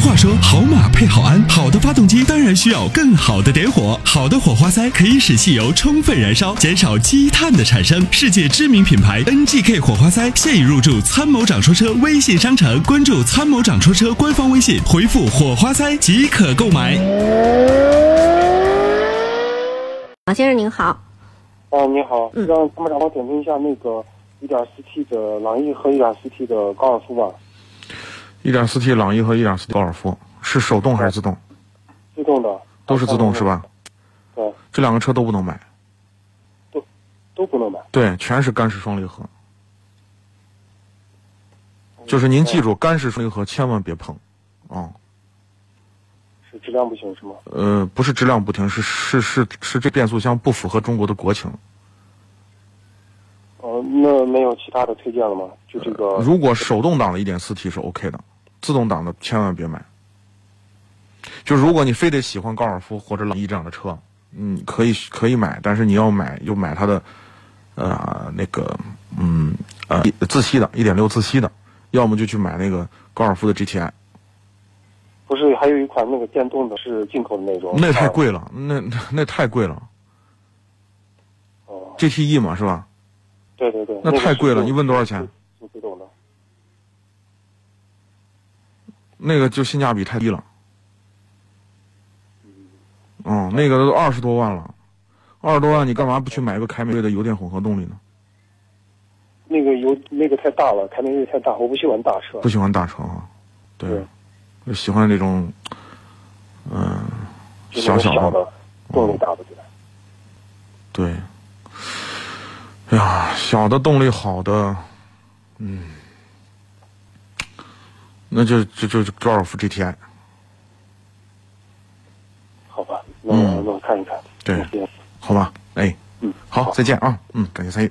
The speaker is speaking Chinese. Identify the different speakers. Speaker 1: 话说，好马配好鞍，好的发动机当然需要更好的点火。好的火花塞可以使汽油充分燃烧，减少积碳的产生。世界知名品牌 NGK 火花塞现已入驻参谋长说车微信商城，关注参谋长说车官方微信，回复火花塞即可购买。
Speaker 2: 马先生您好，
Speaker 3: 哦，你好，
Speaker 2: 嗯
Speaker 3: 让参谋长帮我点评一下那个 1.4T 的朗逸和 1.4T 的高尔夫吧，
Speaker 4: 1.4T 朗逸和 1.4T 高尔夫是手动还是自动？
Speaker 3: 自动的啊
Speaker 4: 都是自动是吧？？
Speaker 3: 对，
Speaker 4: 这两个车都不能买，
Speaker 3: 都不能买。
Speaker 4: 对，全是干式双离合。就是您记住，干式双离合千万别碰，啊、
Speaker 3: 是质量不行是吗？
Speaker 4: 呃，不是质量不停，是是是是这变速箱不符合中国的国情。
Speaker 3: 哦，那没有其他的推荐了吗？就这个，
Speaker 4: 呃如果手动挡的 1.4T 是 OK 的，自动挡的千万别买。就如果你非得喜欢高尔夫或者朗逸这样的车，嗯，可以可以买，但是你要买就买它的，呃，那个，嗯，呃，自吸的1.6自吸的，要么就去买那个高尔夫的 GTI，
Speaker 3: 不是还有一款那个电动的，是进口的那种，啊
Speaker 4: 那太。贵了，那那太贵了
Speaker 3: 哦，
Speaker 4: ，GTE 嘛是吧？
Speaker 3: 对对对，
Speaker 4: 那
Speaker 3: 个
Speaker 4: 太贵了
Speaker 3: 是
Speaker 4: 你问多少钱？
Speaker 3: 是自动的，
Speaker 4: 那个就性价比太低了。哦，那个都二十多万了，二十多万你干嘛不去买一个凯美瑞的油电混合动力呢？
Speaker 3: 那个油那个太大了，凯美瑞太大，我不喜欢大车
Speaker 4: 不。喜欢大车啊，对
Speaker 3: 对，
Speaker 4: 就喜欢这种，嗯、
Speaker 3: 就
Speaker 4: 小
Speaker 3: 那种
Speaker 4: 小
Speaker 3: 小
Speaker 4: 的，哦
Speaker 3: 的，动力大不起来。
Speaker 4: 对。哎呀，小的动力好的，嗯，那就就就就高尔夫 GTI，
Speaker 3: 好吧，那
Speaker 4: 嗯
Speaker 3: 那我看一看。
Speaker 4: 对
Speaker 3: 那行
Speaker 4: 好吧？哎，
Speaker 3: 嗯，
Speaker 4: 好，再见啊，嗯，感谢参与。